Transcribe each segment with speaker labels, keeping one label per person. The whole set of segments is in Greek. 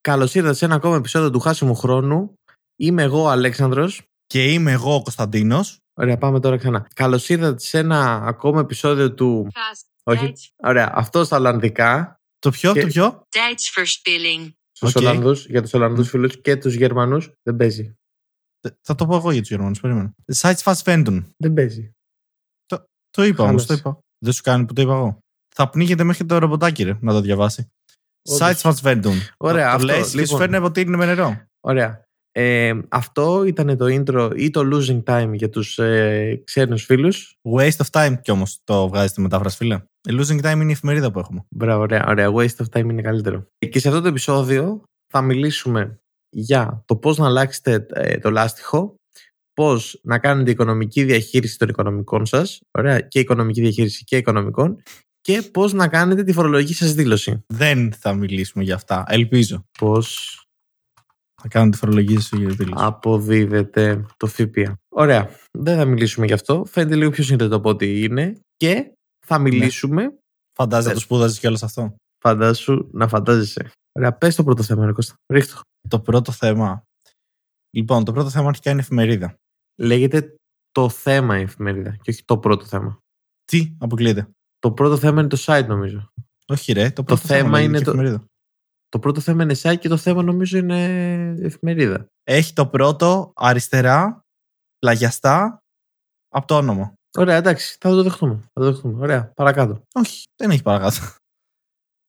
Speaker 1: Καλώς ήρθατε σε ένα ακόμα επεισόδιο του Χάσιμου Χρόνου. Είμαι εγώ, Αλέξανδρος.
Speaker 2: Και είμαι εγώ ο Κωνσταντίνος.
Speaker 1: Ωραία, πάμε τώρα ξανά. Καλώς ήρθατε σε ένα ακόμα επεισόδιο του. Όχι. Ωραία, αυτό στα Ολλανδικά.
Speaker 2: Το πιο,
Speaker 1: Και-
Speaker 2: το πιο.
Speaker 1: Στους
Speaker 2: Οκ.
Speaker 1: Ολλανδούς, για τους Ολλανδούς φίλους και τους Γερμανούς. Δεν παίζει.
Speaker 2: Θα το πω εγώ για τους Γερμανούς. Περίμενα. Sites
Speaker 1: Δεν παίζει.
Speaker 2: Το είπα όμως.
Speaker 1: Χάλασε.
Speaker 2: Το είπα. Δεν σου κάνει που το είπα εγώ. Θα πνίγεται μέχρι το ρομποτάκι, ρε, να το διαβάσει.
Speaker 1: Όντως.
Speaker 2: Sites
Speaker 1: Ωραία,
Speaker 2: το,
Speaker 1: αυτό,
Speaker 2: λες και σου
Speaker 1: λοιπόν.
Speaker 2: φέρνει ποτήρι με νερό.
Speaker 1: Ωραία. Ε, αυτό ήταν το intro ή το losing time για τους ε, ξένους φίλους.
Speaker 2: Waste of time κι όμως το βγάζει τη μετάφραση, φίλε. Η Losing time είναι η εφημερίδα που έχουμε.
Speaker 1: Μπράβο, ωραία, ωραία. Waste of time είναι καλύτερο. Ε, Και σε αυτό το επεισόδιο θα μιλήσουμε για το πώς να αλλάξετε ε, το λάστιχο, πώς να κάνετε οικονομική διαχείριση των οικονομικών σας, ωραία, και οικονομική διαχείριση και οικονομικών, και πώς να κάνετε τη φορολογική σας δήλωση.
Speaker 2: Δεν θα μιλήσουμε για αυτά. Ελπίζω.
Speaker 1: Πώς
Speaker 2: Θα κάνω τη φορολογία σου για τη δήλωση.
Speaker 1: αποδίδεται το ΦΠΑ. Ωραία, δεν θα μιλήσουμε γι' αυτό. Φαίνεται λίγο πιο σύνθετο από ό,τι είναι. Και θα μιλήσουμε,
Speaker 2: Φαντάζεσαι
Speaker 1: δεν-
Speaker 2: το σπούδαζες κιόλας αυτό.
Speaker 1: φαντάσου, να φαντάζεσαι. Ωραία, πες το πρώτο θέμα, ρε Κώστα. Ρίχτω.
Speaker 2: Το πρώτο θέμα. Λοιπόν, το πρώτο θέμα αρχικά είναι εφημερίδα.
Speaker 1: Λέγεται το θέμα η εφημερίδα και όχι το πρώτο θέμα.
Speaker 2: Τι αποκλείεται.
Speaker 1: Το πρώτο θέμα είναι το site νομίζω.
Speaker 2: Όχι, ρε. Το, πρώτο
Speaker 1: θέμα
Speaker 2: λέγεται
Speaker 1: είναι
Speaker 2: και
Speaker 1: το-
Speaker 2: εφημερίδα.
Speaker 1: Το πρώτο θέμα είναι site και το θέμα νομίζω είναι εφημερίδα.
Speaker 2: Έχει το πρώτο αριστερά, πλαγιαστά, από το όνομα.
Speaker 1: Ωραία, εντάξει, θα το δεχτούμε. Θα το δεχτούμε. Ωραία, παρακάτω.
Speaker 2: Όχι, δεν έχει παρακάτω.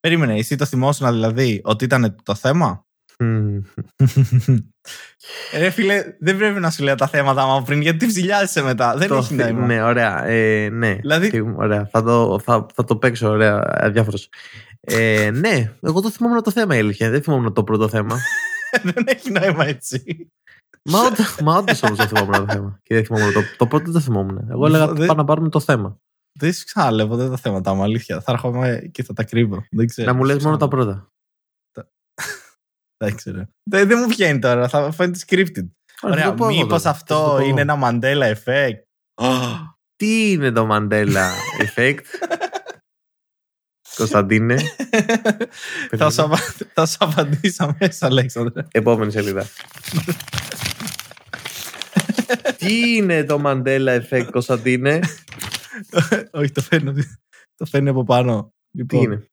Speaker 2: Περίμενε, εσύ το θυμόσουνα δηλαδή ότι ήταν το θέμα.
Speaker 1: Μμμ.
Speaker 2: ρε φίλε, δεν πρέπει να σου λέω τα θέματα μου πριν, γιατί ψηλιάζεσαι μετά. Δεν
Speaker 1: Το
Speaker 2: έχει
Speaker 1: θυ-
Speaker 2: νόημα.
Speaker 1: Ναι, ωραία. Ε, ναι,
Speaker 2: Δηλαδή-
Speaker 1: Τι- ωραία. Θα, το, θα, θα το παίξω, ωραία, αδιάφορος. Ε, ναι, εγώ το θυμόμουν το θέμα η αλήθεια. Δεν θυμόμουν το πρώτο θέμα.
Speaker 2: δεν έχει νόημα έτσι.
Speaker 1: μα όντως- μα όντως όμως το θυμόμουν το θέμα. Και δεν θυμόμουν το, το πρώτο δεν το θυμόμουν. Εγώ έλεγα
Speaker 2: Δεν-
Speaker 1: πάμε να πάρουμε το θέμα.
Speaker 2: Δεν σου ξαναλέω δεν τα θέματα μου, αλήθεια. Θα έρχομαι και θα τα κρύβω. Δεν ξέρω.
Speaker 1: να μου λες μόνο τα πρώτα.
Speaker 2: Δεν ξέρω. Δεν, δεν μου βγαίνει τώρα, θα φαίνεται scripted.
Speaker 1: θα
Speaker 2: Ωραία,
Speaker 1: το πω εγώ
Speaker 2: μήπω
Speaker 1: τότε. Θα το
Speaker 2: αυτό
Speaker 1: πω εγώ.
Speaker 2: είναι ένα Mandela effect.
Speaker 1: Τι είναι το Mandela Effect, Κωνσταντίνε.
Speaker 2: θα, σου απα... θα σου απαντήσω αμέσως, Αλέξανδρε.
Speaker 1: Επόμενη σελίδα. Τι είναι το Mandela Effect, Κωνσταντίνε.
Speaker 2: Όχι, το φέρνει, από- το φέρνει από πάνω.
Speaker 1: Τι
Speaker 2: Λοιπόν,
Speaker 1: είναι.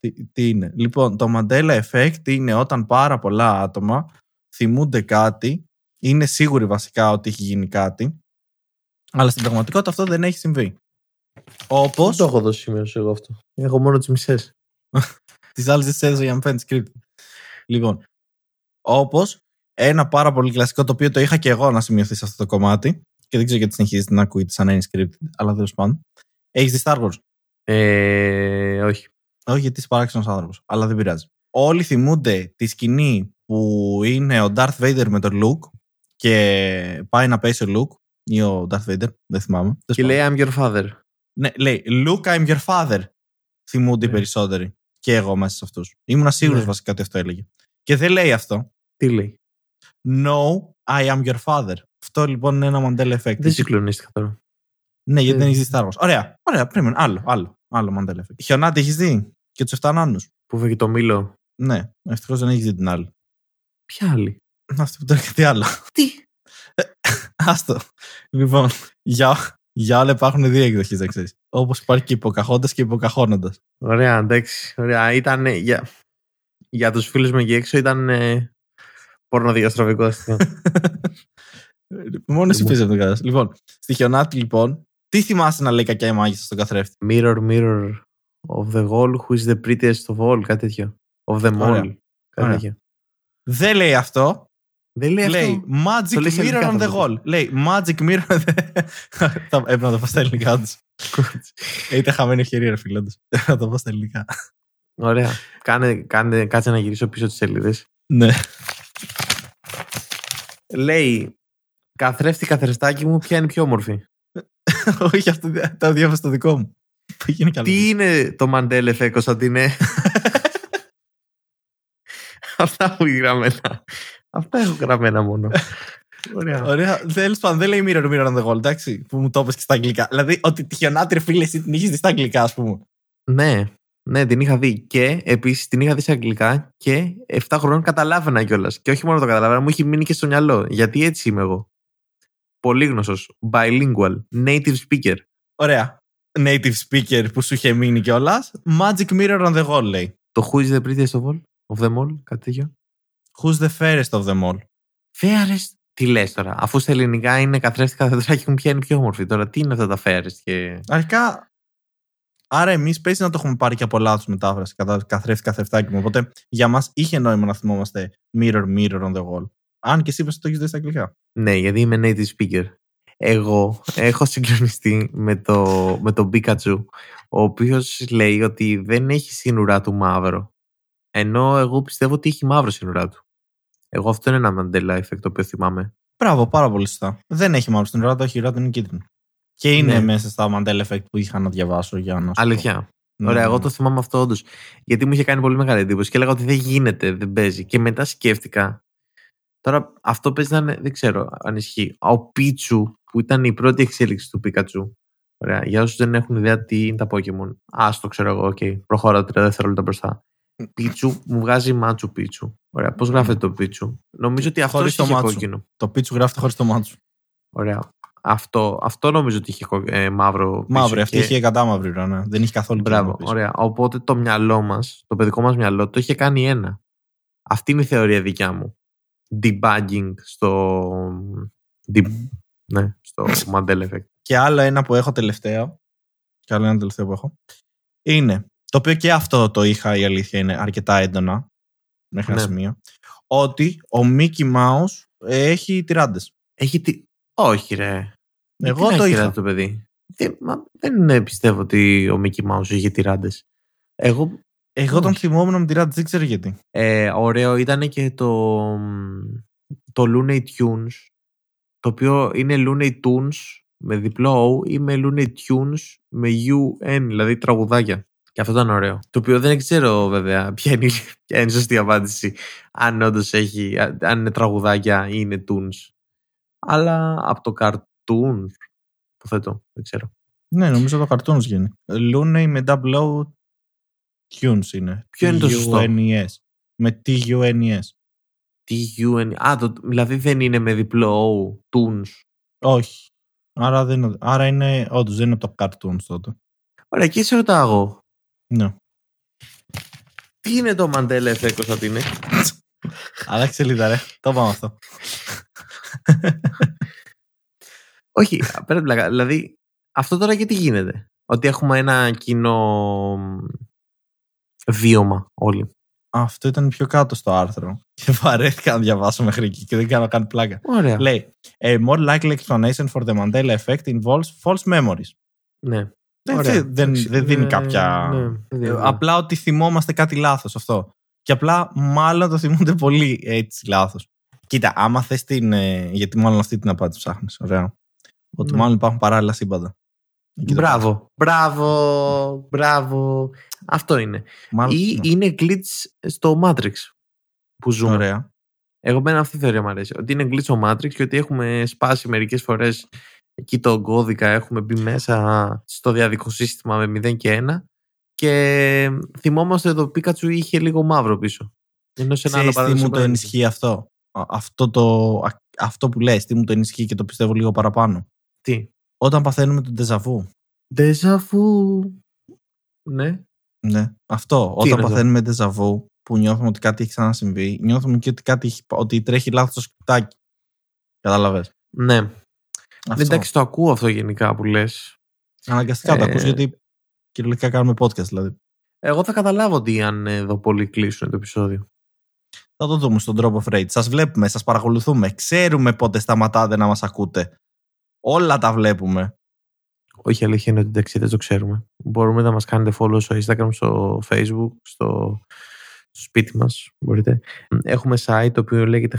Speaker 2: Τι, τι είναι. Λοιπόν, το Mandela Effect είναι όταν πάρα πολλά άτομα θυμούνται κάτι, είναι σίγουροι βασικά ότι έχει γίνει κάτι, αλλά στην πραγματικότητα αυτό δεν έχει συμβεί. Όπως
Speaker 1: Πώς το έχω δώσει σημείο εγώ αυτό. Έχω μόνο τις μισές.
Speaker 2: τις άλλες δεν τις έδωσα για να μου φαίνεται script. Λοιπόν, όπως ένα πάρα πολύ κλασικό το οποίο το είχα και εγώ να σημειωθεί σε αυτό το κομμάτι και δεν ξέρω γιατί συνεχίζετε να ακούτε σαν να είναι script, αλλά τέλος πάντων. Έχεις δει Star Wars.
Speaker 1: Ε, όχι.
Speaker 2: Όχι, γιατί είσαι παράξενος άνθρωπος. Αλλά δεν πειράζει. Όλοι θυμούνται τη σκηνή που είναι ο Darth Vader με τον Luke και πάει να πέσει ο Luke ή ο Darth Vader, δεν θυμάμαι.
Speaker 1: Και λέει I'm your father.
Speaker 2: Ναι, λέει Luke, I'm your father. Θυμούνται οι
Speaker 1: Ναι.
Speaker 2: περισσότεροι. Και εγώ μέσα σε αυτούς. Ήμουν σίγουρος
Speaker 1: Ναι.
Speaker 2: βασικά ότι αυτό έλεγε. Και δεν λέει αυτό.
Speaker 1: Τι λέει.
Speaker 2: No, I am your father. Αυτό λοιπόν είναι ένα Mandela effect.
Speaker 1: Δεν συγκλονίστηκα τώρα.
Speaker 2: Ναι, γιατί δεν
Speaker 1: δεν-
Speaker 2: έχεις δει Star Wars. Ωραία, ωραία, πρέπει. να- Άλλο, άλλο, άλλο Mandela effect. Χιονάτη έχεις δει και τους 7 νάνου.
Speaker 1: Που φεύγει το μήλο.
Speaker 2: Ναι, ευτυχώς δεν έχεις δει την άλλη.
Speaker 1: Ποια άλλη.
Speaker 2: Αυτό που τώρα κάτι άλλο.
Speaker 1: Τι.
Speaker 2: Άστο. Λοιπόν, για, για όλα υπάρχουν δύο εκδοχές, να ξέρεις. Όπως υπάρχει και υποκαχώντας και υποκαχώνοντας.
Speaker 1: Ωραία, εντάξει. Ωραία. Ήταν ε, για, για τους φίλους μου εκεί έξω ήταν ε, πορνοδιαστροφικό αστείο.
Speaker 2: Ε, Μόνο εσύ
Speaker 1: Λοιπόν.
Speaker 2: πήρε από τον καθένα. Λοιπόν, στη χιονάτη, λοιπόν, τι θυμάσαι να λέει κακιά η μάγισσα στον καθρέφτη.
Speaker 1: Mirror, mirror of the wall, who is the prettiest of all, κάτι τέτοιο. Of them
Speaker 2: Ωραία.
Speaker 1: all. Κάτι
Speaker 2: Ωραία.
Speaker 1: τέτοιο.
Speaker 2: Δεν λέει αυτό.
Speaker 1: Δεν λέει,
Speaker 2: λέει
Speaker 1: Ε, αυτό. Το
Speaker 2: Magic
Speaker 1: λέει σε ελληνικά,
Speaker 2: Mirror on
Speaker 1: θα
Speaker 2: the
Speaker 1: το
Speaker 2: Wall. Λέει Magic Mirror on the. Θα έπρεπε να το πω στα ελληνικά του. Ήταν χαμένη ευκαιρία, ρε φίλε. όντως. Να το πω στα ελληνικά.
Speaker 1: Ωραία. Κάνε, κάνε, κάτσε να γυρίσω πίσω τις σελίδες.
Speaker 2: Ναι.
Speaker 1: Λέει, καθρέφτη καθρεφτάκι μου, ποια είναι η πιο όμορφη.
Speaker 2: Όχι, αυτό το διάβασα το δικό μου. Το γίνει καλό.
Speaker 1: Τι είναι το Mandela Effect, Κωνσταντίνε. Αυτά που γραμμένα. Αυτά έχω γραμμένα μόνο. Ωραία.
Speaker 2: Ωραία. Τέλος πάντων, δεν λέει mirror, mirror on the wall, εντάξει, που μου το είπες και στα αγγλικά. Δηλαδή, ότι τη χιονάτρε φίλε εσύ την είχες δει στα αγγλικά, ας πούμε.
Speaker 1: ναι, Ναι, την είχα δει. Και επίσης την είχα δει σε αγγλικά και 7 χρόνων καταλάβαινα κιόλας. Και όχι μόνο το καταλάβαινα, μου είχε μείνει και στο μυαλό. Γιατί έτσι είμαι εγώ. Πολύγνωσο, bilingual, native speaker.
Speaker 2: Ωραία. Native speaker που σου είχε μείνει κιόλας. Magic mirror on the wall λέει.
Speaker 1: Το who is the prettiest of all, of them all, κάτι τέτοιο.
Speaker 2: Who's the fairest of them all.
Speaker 1: Fairest. Τι λες τώρα, αφού στα ελληνικά είναι καθρέφτηκα δεντράκι μου, ποια είναι πιο όμορφη. Τώρα τι είναι αυτά τα fairest και.
Speaker 2: Αρχικά, άρα εμείς παίζει να το έχουμε πάρει και από λάθος μετάφραση. Κατά καθρέφτη, καθρεφτάκι μου. Οπότε για μας είχε νόημα να θυμόμαστε mirror, mirror on the wall. Αν και εσύ είπες ότι το έχεις δει στα αγγλικά.
Speaker 1: Ναι, γιατί είμαι native speaker. Εγώ έχω συγκλονιστεί με, το, με τον Pikachu, ο οποίος λέει ότι δεν έχει σύνουρά του μαύρο. Ενώ εγώ πιστεύω ότι έχει μαύρο σύνουρά του. Εγώ αυτό είναι ένα Mandela effect το οποίο θυμάμαι.
Speaker 2: Μπράβο, πάρα πολύ σωστά. Δεν έχει μαύρο στην ουρά, το έχει η ουρά του είναι κίτρινη. Και είναι
Speaker 1: Ναι.
Speaker 2: μέσα στα Mandela effect που είχα να διαβάσω για να σου πω.
Speaker 1: Αλήθεια.
Speaker 2: Ναι,
Speaker 1: Ωραία,
Speaker 2: ναι,
Speaker 1: εγώ
Speaker 2: ναι.
Speaker 1: το θυμάμαι αυτό όντως. Γιατί μου είχε κάνει πολύ μεγάλη εντύπωση και έλεγα ότι δεν γίνεται, δεν παίζει. Και μετά σκέφτηκα. Τώρα αυτό παίζει να είναι, δεν ξέρω αν ισχύει. Ο Πίτσου, που ήταν η πρώτη εξέλιξη του Πίκατσου. Ωραία, για όσους δεν έχουν ιδέα τι είναι τα Pokémon. Ας το ξέρω εγώ, οκ. Προχωράω 30 δευτερόλεπτα μπροστά. Πίτσου μου βγάζει Μάτσου Πίτσου. Ωραία, πώς γράφεται το Πίτσου. Νομίζω ότι αυτό
Speaker 2: Χωρίς το
Speaker 1: είχε
Speaker 2: Μάτσου.
Speaker 1: κόκκινο.
Speaker 2: Το πίτσου γράφεται χωρίς το μάτσου.
Speaker 1: Ωραία. Αυτό, αυτό νομίζω ότι είχε κο- ε, μαύρο. πίσω
Speaker 2: Μαύρη, αυτή
Speaker 1: και-
Speaker 2: είχε κατά μαύρη ουρά. ναι. Δεν είχε καθόλου
Speaker 1: Μπράβο,
Speaker 2: κίτρινο πίσω.
Speaker 1: ωραία. Οπότε το μυαλό μας, το παιδικό μας μυαλό, το είχε κάνει ένα. Αυτή είναι η θεωρία δικιά μου. Debugging στο. Deb- Ναι, στο Mandela Effect.
Speaker 2: Και άλλο ένα που έχω τελευταίο. Και άλλο ένα τελευταίο που έχω. Είναι. Το οποίο και αυτό το είχα, η αλήθεια είναι αρκετά έντονα. Μέχρι ένα
Speaker 1: Ναι.
Speaker 2: σημείο. Ότι ο Μίκι Mouse έχει τυράντες.
Speaker 1: Έχει τι. Όχι, ρε.
Speaker 2: Εγώ
Speaker 1: Τι να
Speaker 2: το
Speaker 1: έχει
Speaker 2: είχα.
Speaker 1: τυράντα Το παιδί. Δεν, μα, δεν ε, πιστεύω ότι ο Mickey Mouse είχε τυράντες. Εγώ.
Speaker 2: Εγώ τον
Speaker 1: Όχι.
Speaker 2: θυμόμουν με τυράντες, δεν ξέρω γιατί.
Speaker 1: Ε, ωραίο ήταν και το. Το Looney Tunes. Το οποίο είναι Looney Tunes με διπλό O ή με Looney Tunes με UN, δηλαδή τραγουδάκια. Και αυτό ήταν ωραίο. Το οποίο δεν ξέρω βέβαια ποια είναι, η- ποια είναι η σωστή απάντηση. Αν όντως έχει, αν είναι τραγουδάκια ή είναι tunes. Αλλά από το cartoon, υποθέτω, δεν ξέρω.
Speaker 2: Ναι, νομίζω το καρτούν γίνει. Looney με double O tunes είναι.
Speaker 1: Ποιο είναι το σωστό?
Speaker 2: T-U-N-E-S. E Με T-U-N-E-S.
Speaker 1: T-U-N, α, το, δηλαδή δεν είναι με διπλό O, tunes.
Speaker 2: Όχι. Άρα, δεν είναι, άρα είναι, όντως δεν είναι από τα cartoons τότε.
Speaker 1: Ωραία, και σε ρωτάω εγώ,
Speaker 2: Ναι.
Speaker 1: τι είναι το Mandela Effect, Κωνσταντίνε.
Speaker 2: Αλλάξε σελίδα, ρε. Το πάμε αυτό.
Speaker 1: Όχι, πέρα την πλάκα. Δηλαδή, αυτό τώρα γιατί γίνεται. Ότι έχουμε ένα κοινό μ, βίωμα όλοι.
Speaker 2: Αυτό ήταν πιο κάτω στο άρθρο. Και βαρέθηκα να διαβάσω μέχρι εκεί και δεν κάνω καν πλάκα.
Speaker 1: Ωραία.
Speaker 2: Λέει, a more likely explanation for the Mandela effect involves false memories.
Speaker 1: ναι.
Speaker 2: Δεν,
Speaker 1: Ωραία.
Speaker 2: δεν, δεν,
Speaker 1: Εντάξει,
Speaker 2: δεν δίνει
Speaker 1: ε,
Speaker 2: κάποια...
Speaker 1: ναι, δεν δίνει.
Speaker 2: Ε, Απλά ότι θυμόμαστε κάτι λάθος αυτό. Και απλά μάλλον το θυμούνται πολύ έτσι λάθος. Κοίτα, άμα θες την... ε, γιατί μάλλον αυτή την απάντηση ψάχνεις. Ωραία. Ότι
Speaker 1: Ναι.
Speaker 2: μάλλον υπάρχουν παράλληλα σύμπαντα. Εκεί το-
Speaker 1: Μπράβο. Μπράβο. Μπράβο. Αυτό είναι.
Speaker 2: Μάλλον,
Speaker 1: Ή
Speaker 2: ναι.
Speaker 1: είναι glitch στο Matrix που ζούμε.
Speaker 2: Ωραία.
Speaker 1: Εγώ μένα αυτή η θεωρία μου αρέσει. Ότι είναι glitch στο Matrix και ότι έχουμε σπάσει μερικές φορές εκεί τον κώδικα, έχουμε μπει μέσα στο διαδικό σύστημα με 0 και 1 και θυμόμαστε ότι το Pikachu είχε λίγο μαύρο πίσω. Ενώ σε ένα άλλο
Speaker 2: Ξέρεις τι
Speaker 1: παράδειγμα
Speaker 2: μου το
Speaker 1: δεν
Speaker 2: ενισχύει αυτό. Α- Αυτό, το, α- αυτό που λες, τι μου το ενισχύει και το πιστεύω λίγο παραπάνω.
Speaker 1: Τι.
Speaker 2: Όταν παθαίνουμε τον τεζαβού.
Speaker 1: Déjà vu. Ναι.
Speaker 2: Ναι. Αυτό.
Speaker 1: είναι
Speaker 2: όταν
Speaker 1: αυτό?
Speaker 2: παθαίνουμε τεζαβού που νιώθουμε ότι κάτι έχει ξανασυμβεί, νιώθουμε και ότι, κάτι έχει- ότι τρέχει λάθος το σκουπτάκι. Κατάλαβες.
Speaker 1: Ναι.
Speaker 2: Αυτό.
Speaker 1: Εντάξει, το ακούω αυτό γενικά που λες.
Speaker 2: Αναγκαστικά το
Speaker 1: Ε,
Speaker 2: ακούς γιατί κυριολεκτικά κάνουμε podcast δηλαδή.
Speaker 1: Εγώ θα καταλάβω ότι αν εδώ πολλοί κλείσουν το επεισόδιο.
Speaker 2: Θα το δούμε στον τρόπο of rate. Σας βλέπουμε, σας παρακολουθούμε. Ξέρουμε πότε σταματάτε να μας ακούτε. Όλα τα βλέπουμε.
Speaker 1: Όχι, η αλήθεια είναι ότι εντάξει, δεν το ξέρουμε. Μπορούμε να μας κάνετε follow στο Instagram, στο Facebook, στο, στο σπίτι μας. Μπορείτε. Έχουμε site το οποίο λέγεται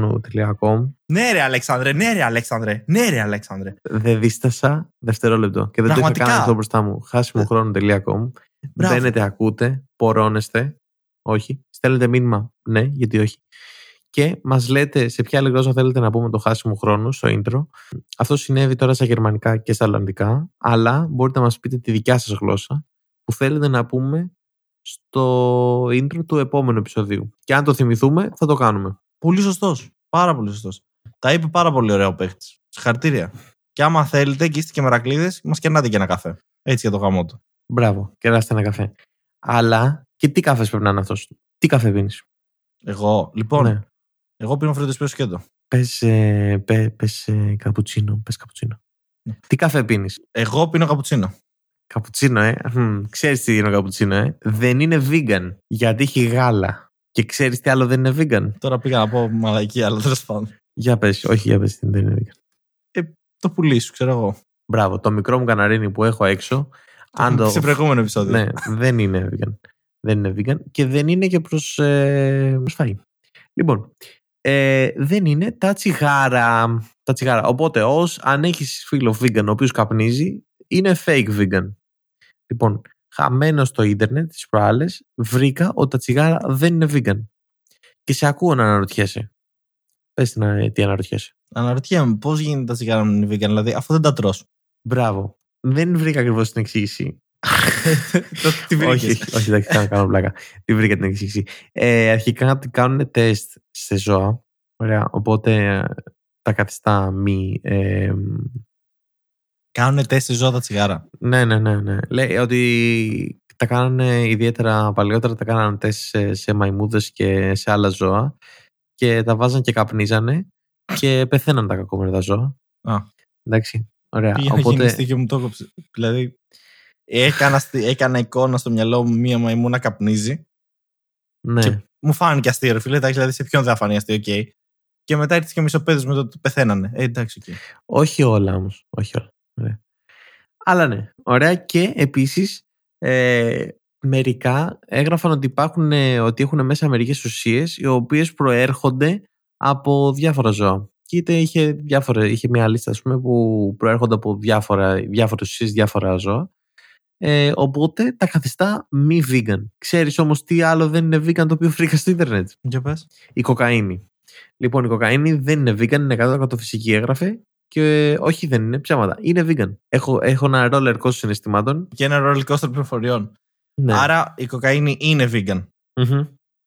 Speaker 1: χάσιμοχρόνο.com.
Speaker 2: Ναι ρε Αλέξανδρε, ναι ρε Αλέξανδρε, ναι ρε Αλέξανδρε.
Speaker 1: Δεν δίστασα δευτερόλεπτο και δεν το
Speaker 2: Πραγματικά. Ε.
Speaker 1: είχα κάνει αυτό μπροστά μου. Χάσιμοχρόνο.com.
Speaker 2: Μπράβο.
Speaker 1: Μπαίνετε, ακούτε, πορώνεστε. Όχι. Στέλνετε μήνυμα. Ναι, γιατί όχι. Και μας λέτε σε ποια άλλη γλώσσα θέλετε να πούμε το χάσιμο χρόνο στο intro. Αυτό συνέβη τώρα στα γερμανικά και στα ολλανδικά, αλλά μπορείτε να μας πείτε τη δικιά σας γλώσσα που θέλετε να πούμε στο intro του επόμενου επεισοδίου. Και αν το θυμηθούμε, θα το κάνουμε.
Speaker 2: Πολύ σωστός. Πάρα πολύ σωστός. Τα είπε πάρα πολύ ωραία ο παίχτη. Συγχαρητήρια. Και άμα θέλετε και είστε και μερακλείδες, μας κερνάτε και ένα καφέ. Έτσι για το γαμό του.
Speaker 1: Μπράβο, κεράστε ένα καφέ. Αλλά και τι καφές πρέπει να είναι αυτός. Τι καφέ πίνεις.
Speaker 2: Εγώ, λοιπόν,
Speaker 1: Ναι.
Speaker 2: εγώ πίνω φρύτο πίσω σκέτο.
Speaker 1: Πες, ε, πε, πες ε, καπουτσίνο, πες καπουτσίνο.
Speaker 2: Ναι.
Speaker 1: Τι καφέ πίνεις.
Speaker 2: Εγώ πίνω καπουτσίνο.
Speaker 1: Καπουτσίνο, ε. Μμμ, Ξέρεις τι είναι ο καπουτσίνο, ε. Δεν είναι vegan, γιατί έχει γάλα. Και ξέρεις τι άλλο δεν είναι vegan.
Speaker 2: Τώρα πήγα να πω μαλακή, αλλά τέλος πάντων.
Speaker 1: Για πες, όχι για πες τι δεν είναι vegan.
Speaker 2: Το πουλί σου, ξέρω εγώ.
Speaker 1: Μπράβο, το μικρό μου καναρίνι που έχω έξω, αν το...
Speaker 2: Σε προηγούμενο επεισόδιο.
Speaker 1: ναι, δεν είναι vegan. Δεν είναι vegan και δεν είναι και προς, ε, προς φαΐ. Λοιπόν, ε, δεν είναι τα τσιγάρα. Τα τσιγάρα. Οπότε, ως αν έχεις φίλο vegan ο οποίος καπνίζει, είναι fake vegan. Λοιπόν, χαμένο στο ίντερνετ τις προάλλες, βρήκα ότι τα τσιγάρα δεν είναι vegan. Και σε ακούω να αναρωτιέσαι. Πες τι να- ε, τι αναρωτιέσαι.
Speaker 2: Αναρωτιέμαι πώς γίνεται τα τσιγάρα μου vegan, δηλαδή αφού δεν τα τρώ.
Speaker 1: Μπράβο. Δεν βρήκα ακριβώς την εξήγηση.
Speaker 2: τη βρήκες.
Speaker 1: όχι, όχι, όχι, εντάξει, κάνω, κάνω πλάκα. Τη βρήκα την εξήγηση. Ε, αρχικά κάνουν τεστ σε ζώα. Ωραία. Οπότε ε, τα καθιστά μη. Ε,
Speaker 2: Κάνουν τεστ σε ζώα τα τσιγάρα.
Speaker 1: ναι, ναι, ναι, ναι. Λέει ότι τα κάνανε ιδιαίτερα παλιότερα, τα κάνανε τεστ σε, σε μαϊμούδες και σε άλλα ζώα. Και τα βάζαν και καπνίζανε και πεθαίναν τα κακόμενα τα ζώα.
Speaker 2: Α.
Speaker 1: Εντάξει. Ωραία.
Speaker 2: Πήγα να γεννηστεί και μου το έκοψε. Δηλαδή, έκανα, στη- έκανα εικόνα στο μυαλό μου μία μαϊμούνα καπνίζει.
Speaker 1: ναι.
Speaker 2: και μου φάνηκε αστείο, ρε φίλε. Εντάξει, δηλαδή σε ποιον δεν θα φανεί αστείο, οκ. Και μετά ήρθε και ο μισοπέδος με το ότι πεθαίνανε. Ε, εντάξει, οκ.
Speaker 1: Όχι όλα όμως. Όχι όλα. Ωραία. Αλλά ναι. Ωραία. Και επίσης ε, μερικά έγραφαν ότι, υπάρχουν, ε, ότι έχουν μέσα μερικές ουσίες οι οποίες προέρχονται από διάφορα ζώα. Και είτε είχε, διάφορα, είχε μια λίστα ας πούμε, που προέρχονται από διάφορα, διάφορες ουσίες, διάφορα ζώα. Ε, οπότε τα καθιστά μη vegan. Ξέρεις όμως τι άλλο δεν είναι vegan το οποίο βρήκα στο ίντερνετ.
Speaker 2: Για πες.
Speaker 1: Η κοκαίνη. Λοιπόν, η κοκαίνη δεν είναι vegan, είναι 100% φυσική, έγραφε. Και όχι, δεν είναι ψέματα. Είναι vegan. Έχω, έχω ένα roller coaster συναισθημάτων.
Speaker 2: Και ένα roller coaster πληροφοριών.
Speaker 1: Ναι.
Speaker 2: Άρα η κοκαίνη είναι vegan.
Speaker 1: Μμμ.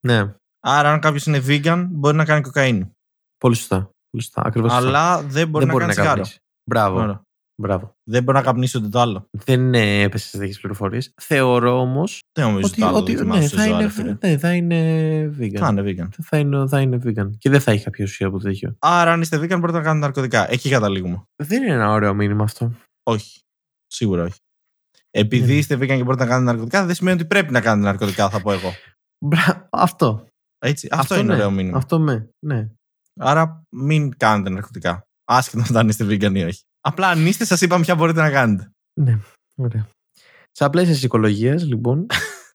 Speaker 1: Ναι,
Speaker 2: Άρα, αν κάποιος είναι vegan, μπορεί να κάνει κοκαίνη.
Speaker 1: πολύ σωστά. Πολύ σωστά. Ακριβώς σωστά.
Speaker 2: Αλλά δεν μπορεί
Speaker 1: δεν
Speaker 2: να κάνει τσιγάρο.
Speaker 1: καπνίσει. Μπράβο.
Speaker 2: Ωραία.
Speaker 1: Μπράβο.
Speaker 2: Δεν μπορεί να καπνίσει ούτε το άλλο.
Speaker 1: Δεν ε, έπεσες σε τέτοιες πληροφορίες. Θεωρώ όμως
Speaker 2: Δεν νομίζω
Speaker 1: ότι,
Speaker 2: το άλλο.
Speaker 1: ότι
Speaker 2: δεν
Speaker 1: ναι,
Speaker 2: θυμάσαι
Speaker 1: θα,
Speaker 2: ζώα, ρε
Speaker 1: είναι,
Speaker 2: φίλε.
Speaker 1: ναι, θα είναι vegan.
Speaker 2: Θα είναι vegan.
Speaker 1: Θα είναι, θα είναι vegan. Και δεν θα έχει κάποια ουσία από τέτοιο.
Speaker 2: Άρα, αν είστε vegan, μπορείτε να κάνετε ναρκωτικά. Εκεί καταλήγουμε.
Speaker 1: Δεν είναι ένα ωραίο μήνυμα αυτό.
Speaker 2: Όχι. Σίγουρα όχι. Επειδή
Speaker 1: Ναι.
Speaker 2: είστε vegan και μπορείτε να κάνετε ναρκωτικά, δεν σημαίνει ότι πρέπει να κάνετε ναρκωτικά, θα πω εγώ.
Speaker 1: Μπρα... Αυτό.
Speaker 2: Έτσι. Αυτό,
Speaker 1: ναι.
Speaker 2: είναι ωραίο μήνυμα.
Speaker 1: Αυτό με. Ναι.
Speaker 2: Άρα μην κάνετε ναρκωτικά. Άσχετα αν αν είστε vegan ή όχι. Απλά αν είστε, σας είπαμε ποια μπορείτε να κάνετε.
Speaker 1: Ωραία. Στα πλαίσια της οικολογίας, λοιπόν.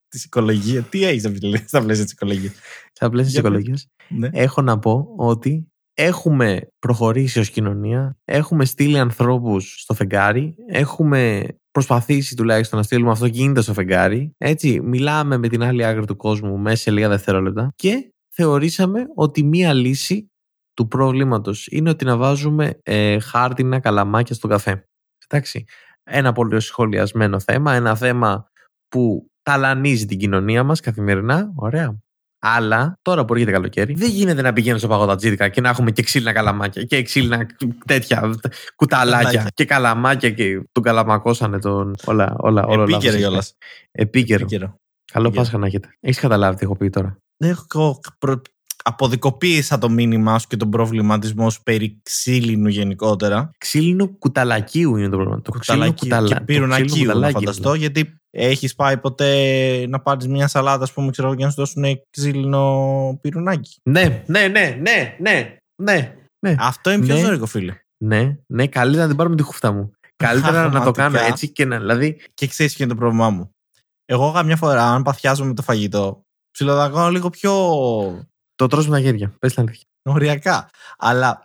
Speaker 2: Της οικολογίας. Τι έχεις στα πλαίσια της οικολογίας.
Speaker 1: Στα πλαίσια της
Speaker 2: Για πες.
Speaker 1: οικολογίας.
Speaker 2: Ναι.
Speaker 1: Έχω να πω ότι έχουμε προχωρήσει ως κοινωνία, έχουμε στείλει ανθρώπους στο φεγγάρι, έχουμε προσπαθήσει τουλάχιστον να στείλουμε αυτοκίνητα στο φεγγάρι. Έτσι, μιλάμε με την άλλη άκρη του κόσμου μέσα σε λίγα δευτερόλεπτα και θεωρήσαμε ότι μία λύση του προβλήματος είναι ότι να βάζουμε ε, χάρτινα καλαμάκια στον καφέ. Εντάξει, ένα πολύ σχολιασμένο θέμα, ένα θέμα που ταλανίζει την κοινωνία μας καθημερινά, ωραία. Αλλά τώρα που έρχεται καλοκαίρι, δεν γίνεται να πηγαίνω στο παγωτατζίδικα και να έχουμε και ξύλινα καλαμάκια και ξύλινα τέτοια κουταλάκια
Speaker 2: Κουταλάκια.
Speaker 1: και καλαμάκια και τον καλαμακώσανε τον. Όλα, όλα, όλα.
Speaker 2: Επίκαιρο κιόλας.
Speaker 1: Επίκαιρο.
Speaker 2: Επίκαιρο.
Speaker 1: Καλό
Speaker 2: Επίκαιρο.
Speaker 1: Πάσχα να έχετε. Έχεις καταλάβει τι έχω πει τώρα.
Speaker 2: Έχω προ... αποδικοποίησα το μήνυμά σου και τον προβληματισμό σου περί ξύλινου γενικότερα.
Speaker 1: Ξύλινο κουταλακίου είναι το πρόβλημα. Το ξύλινο
Speaker 2: κουταλακίου
Speaker 1: κουταλα...
Speaker 2: και
Speaker 1: το
Speaker 2: πυρονακίου
Speaker 1: ξύλινο
Speaker 2: να
Speaker 1: κουταλάκι,
Speaker 2: φανταστώ, γιατί έχεις πάει ποτέ να πάρεις μια σαλάτα, ας πούμε, ξέρω εγώ, και να σου δώσουν ξύλινο πυρουνάκι.
Speaker 1: Ναι, ναι, ναι, ναι, ναι, ναι. Ναι,
Speaker 2: Αυτό είναι πιο
Speaker 1: Ναι.
Speaker 2: ζώρικο, φίλε.
Speaker 1: ναι, ναι καλύτερα να την πάρω με τη χούφτα μου. Καλύτερα να το κάνω
Speaker 2: Πραγματικά.
Speaker 1: έτσι και να. Δηλαδή,
Speaker 2: Και ξέρεις ποιο είναι το πρόβλημά μου. Εγώ καμιά φορά, αν παθιάζω με το φαγητό, ψιλοδαγκώνω λίγο πιο
Speaker 1: το τρως με τα χέρια. Πες την αλήθεια.
Speaker 2: οριακά. Αλλά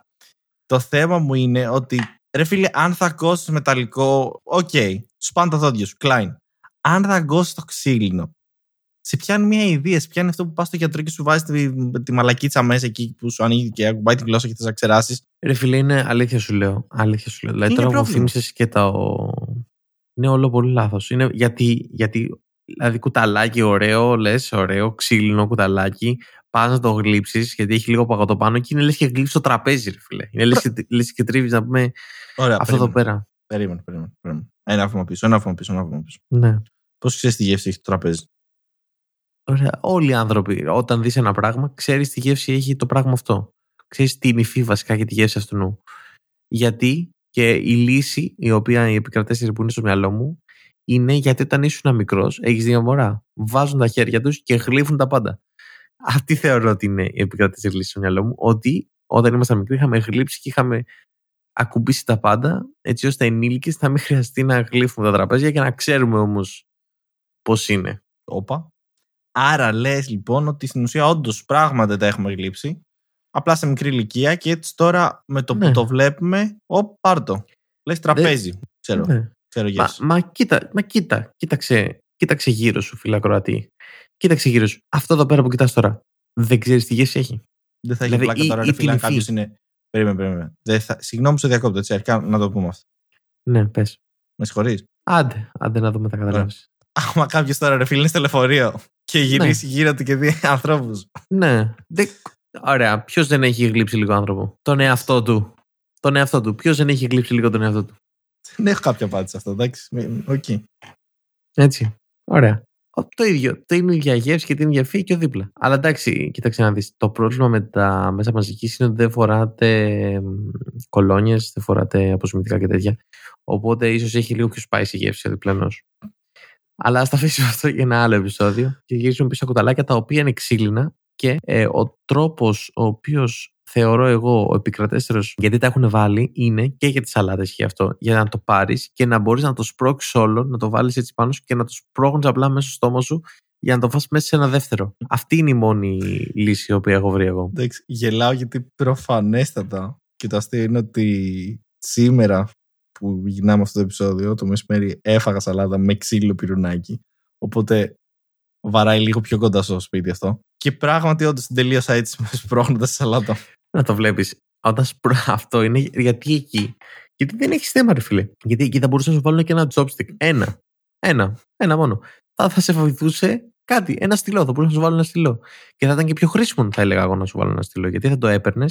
Speaker 2: το θέμα μου είναι ότι, ρε φίλε, αν θα κόσει μεταλλικό, οκ, σου πάνε τα δόντια σου, κλάιν. Αν θα κόσει το ξύλινο, σε πιάνει μια ιδέα, σε πιάνει αυτό που πας στο γιατρό και σου βάζει τη, τη μαλακίτσα μέσα εκεί που σου ανοίγει και ακουμπάει τη γλώσσα και θες να ξεράσεις.
Speaker 1: Ρε φίλε, είναι αλήθεια σου λέω. Αλήθεια σου λέω. Δηλαδή,
Speaker 2: Είναι
Speaker 1: τώρα μου
Speaker 2: πρόβλημα.
Speaker 1: θύμισες και τα. ο- Είναι όλο πολύ λάθος. Είναι γιατί, γιατί Δηλαδή, κουταλάκι ωραίο, λες, ωραίο, ξύλινο κουταλάκι. Πα να το γλύψεις, γιατί έχει λίγο παγωτό πάνω και είναι λες και γλύψεις το τραπέζι, ρε φίλε. Είναι λες και, λες και τρίβεις να πούμε
Speaker 2: Ωραία,
Speaker 1: αυτό εδώ πέρα.
Speaker 2: Περίμενε, περίμενε, περίμενε. Ένα άφημα πίσω, ένα άφημα πίσω, ένα άφημα πίσω.
Speaker 1: Ναι.
Speaker 2: Πώς ξέρεις τι γεύση έχει το τραπέζι.
Speaker 1: Ωραία. Όλοι οι άνθρωποι, όταν δεις ένα πράγμα, ξέρεις τι γεύση έχει το πράγμα αυτό. Ξέρεις τι μυφή βασικά και τη γεύση αυτού νου. Γιατί και η λύση, η οποία η επικρατέστερη που είναι στο μυαλό μου, είναι γιατί όταν ήσουν μικρός, έχεις δύο μωρά. Βάζουν τα χέρια τους και γλύφουν τα πάντα. Αυτή θεωρώ ότι είναι η επικρατέστερη λύσης στο μυαλό μου. Ότι όταν ήμασταν μικροί είχαμε γλύψει και είχαμε ακουμπήσει τα πάντα, έτσι ώστε ενήλικες να μην χρειαστεί να γλύφουμε τα τραπέζια και να ξέρουμε όμως πώς είναι.
Speaker 2: Όπα. Άρα λες λοιπόν ότι στην ουσία όντως πράγματα τα έχουμε γλύψει. Απλά σε μικρή ηλικία και έτσι τώρα με το
Speaker 1: Ναι.
Speaker 2: που το βλέπουμε, ο πάρτο. Λε τραπέζι. Ξέρω,
Speaker 1: Ναι.
Speaker 2: ξέρω
Speaker 1: Μα,
Speaker 2: γεύση.
Speaker 1: μα κοίτα, μα κοίτα, κοίταξε, κοίταξε γύρω σου, φίλα Κροατή. Κοίταξε γύρω σου. Αυτό εδώ πέρα που κοιτάς τώρα. Δεν ξέρεις τι γεύση έχει.
Speaker 2: Δεν θα έχει
Speaker 1: δηλαδή,
Speaker 2: πλάκα
Speaker 1: ή-
Speaker 2: τώρα,
Speaker 1: ή
Speaker 2: ρε
Speaker 1: τη
Speaker 2: φίλε, αν
Speaker 1: λυφή.
Speaker 2: κάποιο είναι. Περίμενε, περίμενε. Δεν θα... Συγγνώμη που σε διακόπτω, έτσι, αρχικά να το πούμε αυτό.
Speaker 1: Ναι, πες.
Speaker 2: Με συγχωρείς.
Speaker 1: Άντε, άντε να δούμε τα καταλάβεις.
Speaker 2: Άμα κάποιος τώρα ρε φίλε είναι στο λεωφορείο και γυρίσει γύρω του και δει ανθρώπους.
Speaker 1: ναι. Δε... Ωραία. Ποιος δεν έχει γλύψει λίγο άνθρωπο. Τον εαυτό του. Τον εαυτό του. Ποιος δεν έχει γλύψει λίγο τον εαυτό του.
Speaker 2: Δεν έχω κάποια απάντηση σε αυτό, εντάξει. Μη- Οκ.
Speaker 1: Έτσι. Ωραία. Ο- Το ίδιο. Το είναι η ίδια γεύση και την ίδια φύση και ο δίπλα. Αλλά εντάξει, κοίταξε να δεις. Το πρόβλημα με τα μέσα μαζικής είναι ότι δεν φοράτε κολόνιες, δεν φοράτε αποσημητικά και τέτοια. Οπότε ίσως έχει λίγο πιο σπάσει η γεύση ο διπλανός. Αλλά ας τα αφήσουμε αυτό για ένα άλλο επεισόδιο και γυρίζουμε πίσω στα κουταλάκια τα οποία είναι ξύλινα και ε, ο τρόπος ο οποίος θεωρώ εγώ ο επικρατέστερος γιατί τα έχουν βάλει είναι και για τι σαλάτε και αυτό. Για να το πάρεις και να μπορείς να το σπρώξεις όλο, να το βάλεις έτσι πάνω σου και να το σπρώχνεις απλά μέσα στο στόμα σου για να το φας μέσα σε ένα δεύτερο. Αυτή είναι η μόνη λύση η οποία έχω βρει εγώ.
Speaker 2: Εντάξει, γελάω γιατί προφανέστατα και το αστείο είναι ότι σήμερα που γυρνάμε αυτό το επεισόδιο, το μεσημέρι έφαγα σαλάτα με ξύλο πυρουνάκι. Οπότε βαράει λίγο πιο κοντά στο σπίτι αυτό. Και πράγματι, όντως την τελείωσα έτσι με σπρώχνοντας τη σαλάτα.
Speaker 1: Να το βλέπεις. Όταν σπρώ αυτό είναι γιατί εκεί. Γιατί δεν έχεις θέμα, ρε φίλε. Γιατί εκεί θα μπορούσαν να σου βάλουν και ένα chopstick. Ένα. Ένα. Ένα μόνο. Θα, θα σε βοηθούσε κάτι. Ένα στυλό. Θα μπορούσαν να σου βάλουν ένα στυλό. Και θα ήταν και πιο χρήσιμο, θα έλεγα εγώ, να σου βάλουν ένα στυλό. Γιατί θα το έπαιρνες,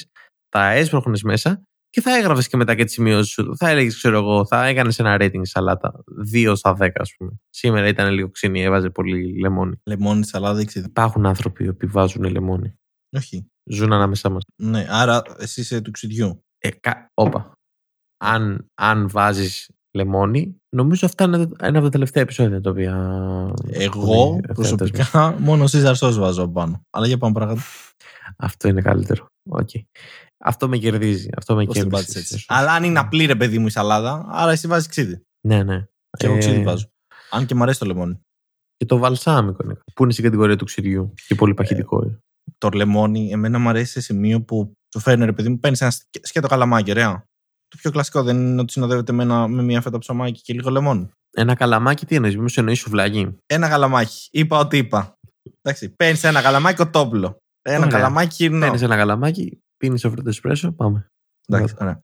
Speaker 1: θα έσπροχνε μέσα και θα έγραφε και μετά και τις σημειώσεις σου. Θα έλεγες, ξέρω εγώ, θα έκανες ένα rating σαλάτα. 2 στα 10, ας πούμε. Σήμερα ήταν λίγο ξύνη, έβαζε πολύ λεμόνι.
Speaker 2: Λεμόνι, σαλάδα, ήξερε.
Speaker 1: Υπάρχουν άνθρωποι οι οποίοι βάζουν λεμόνι.
Speaker 2: Όχι.
Speaker 1: Ζουν ανάμεσά μας.
Speaker 2: Ναι, άρα εσύ είσαι του ξυδιού.
Speaker 1: Ε, κα- όπα. Αν, αν βάζεις λεμόνι, νομίζω αυτά είναι ένα από τα τελευταία επεισόδια τα οποία. ε,
Speaker 2: Εγώ
Speaker 1: που λέει, θεατές
Speaker 2: προσωπικά μόνο Caesar sauce βάζω απ' πάνω. Αλλά για πάμε παρακάτω.
Speaker 1: μας. Αυτό είναι καλύτερο. Οκ. Αυτό με κερδίζει. Αυτό με
Speaker 2: Πώς την
Speaker 1: κέρδισε.
Speaker 2: πάτησες έτσι. Αλλά αν είναι απλή ρε παιδί μου η σαλάδα, άρα εσύ βάζεις ξύδι.
Speaker 1: Ναι, ναι.
Speaker 2: Και εγώ
Speaker 1: Ε,
Speaker 2: ξύδι βάζω. Αν και μου αρέσει το λεμόνι.
Speaker 1: Και το βαλσάμικο είναι. Που είναι στην κατηγορία του ξυριού. Και πολύ παχυδικό. ε.
Speaker 2: Το λεμόνι, εμένα μου αρέσει σε σημείο που σου φέρνει ρε παιδί μου, παίρνεις ένα σκε- σκέτο καλαμάκι, ωραία. Το πιο κλασικό δεν είναι ότι συνοδεύεται με, ένα, με μια φέτα ψωμάκι και λίγο λεμόνι.
Speaker 1: Ένα καλαμάκι τι εννοείς, Μήπω εννοείς σουβλάκι.
Speaker 2: Ένα καλαμάκι. Είπα ότι είπα. Εντάξει, παίρνεις ένα καλαμάκι κοτόπουλο. Ένα
Speaker 1: Ωραία.
Speaker 2: καλαμάκι γυρνό.
Speaker 1: Παίρνεις ένα καλαμάκι, πίνεις το φρούτο εσπρέσο, πάμε.
Speaker 2: Εντάξει, ωραία.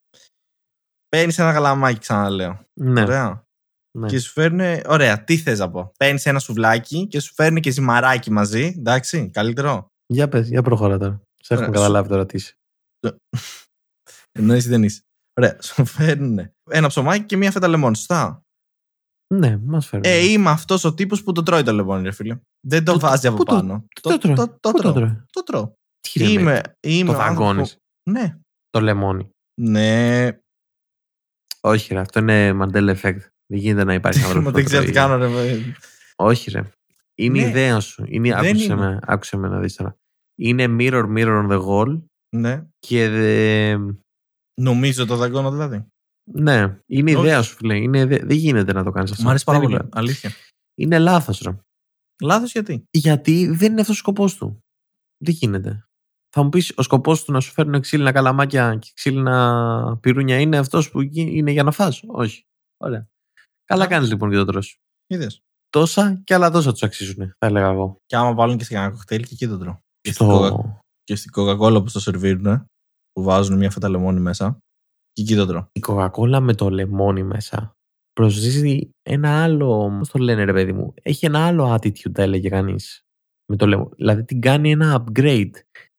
Speaker 2: Παίρνεις ένα καλαμάκι, ξαναλέω.
Speaker 1: Ναι,
Speaker 2: Ωραία.
Speaker 1: ναι.
Speaker 2: Και σου φέρνει. Ωραία, τι θες να πω. Παίρνεις ένα σουβλάκι και σου φέρνει και ζυμαράκι μαζί. Εντάξει, καλύτερο.
Speaker 1: Για πες, για προχώρα τώρα. Σε έχουμε
Speaker 2: Ωραία.
Speaker 1: καταλάβει τώρα τι είσαι.
Speaker 2: Εννοείς ή δεν είσαι. Ωραία, σου φέρνουν ένα ψωμάκι και μία φέτα λεμόνι. Σωστά.
Speaker 1: Ναι, μας φέρνει.
Speaker 2: Ε, είμαι αυτός ο τύπος που το τρώει το λεμόνι, ρε φίλε. Δεν το,
Speaker 1: Το-
Speaker 2: βάζει από
Speaker 1: πού το-
Speaker 2: πάνω.
Speaker 1: Τι το τρώει.
Speaker 2: Το, το,
Speaker 1: Πού
Speaker 2: τρώω. το,
Speaker 1: τρώει?
Speaker 2: τρώω.
Speaker 1: Τι ρε, με,
Speaker 2: είμαι, είμαι
Speaker 1: Το
Speaker 2: ο άνθρωπος
Speaker 1: δαγκώνεις.
Speaker 2: που- Ναι.
Speaker 1: Το λεμόνι.
Speaker 2: Ναι.
Speaker 1: Όχι, ρε, αυτό είναι Mandela effect. Δεν γίνεται να υπάρχει άνθρωπος
Speaker 2: Μα
Speaker 1: που
Speaker 2: δεν
Speaker 1: το
Speaker 2: ξέρω τι
Speaker 1: τρώει.
Speaker 2: κάνω, ρε. βέ.
Speaker 1: Όχι, ρε. Είναι η
Speaker 2: Ναι.
Speaker 1: ιδέα σου. Είναι,
Speaker 2: Δεν
Speaker 1: άκουσε,
Speaker 2: είναι.
Speaker 1: Με, άκουσε με να δεις τώρα. Είναι mirror, mirror on the wall
Speaker 2: Ναι.
Speaker 1: και δε...
Speaker 2: Νομίζω το δαγκώνω δηλαδή.
Speaker 1: Ναι, είναι η
Speaker 2: Όχι.
Speaker 1: ιδέα σου, φίλε. Είναι, δε- δεν γίνεται να το κάνεις αυτό.
Speaker 2: Μ' αρέσει πάρα
Speaker 1: Δεν
Speaker 2: πολύ.
Speaker 1: υπάρχει.
Speaker 2: Αλήθεια.
Speaker 1: Είναι λάθος, ρε.
Speaker 2: Λάθος γιατί.
Speaker 1: Γιατί δεν είναι αυτός ο σκοπός του. Δεν γίνεται. Θα μου πεις, ο σκοπός του να σου φέρουν ξύλινα καλαμάκια και ξύλινα πυρούνια είναι αυτός που γι- είναι για να φας. Όχι. Ωραία. Καλά
Speaker 2: Λάθος.
Speaker 1: κάνεις λοιπόν και το τρως.
Speaker 2: Είδες.
Speaker 1: τόσα και άλλα τόσα τους αξίζουν, θα έλεγα εγώ.
Speaker 2: Και άμα βάλουν και σε κανένα κοκτέιλ και εκεί το τρώω. Και στην Coca-
Speaker 1: Στο...
Speaker 2: και στην Coca-Cola που στο σερβίρουν, που βάζουν μια φέτα λεμόνι μέσα, και εκεί το τρώω.
Speaker 1: Η Coca-Cola με το λεμόνι μέσα προσδίδει ένα άλλο. Πώς το λένε, ρε παιδί μου. Έχει ένα άλλο attitude, θα έλεγε κανείς. Με το λέμε. Δηλαδή την κάνει ένα upgrade.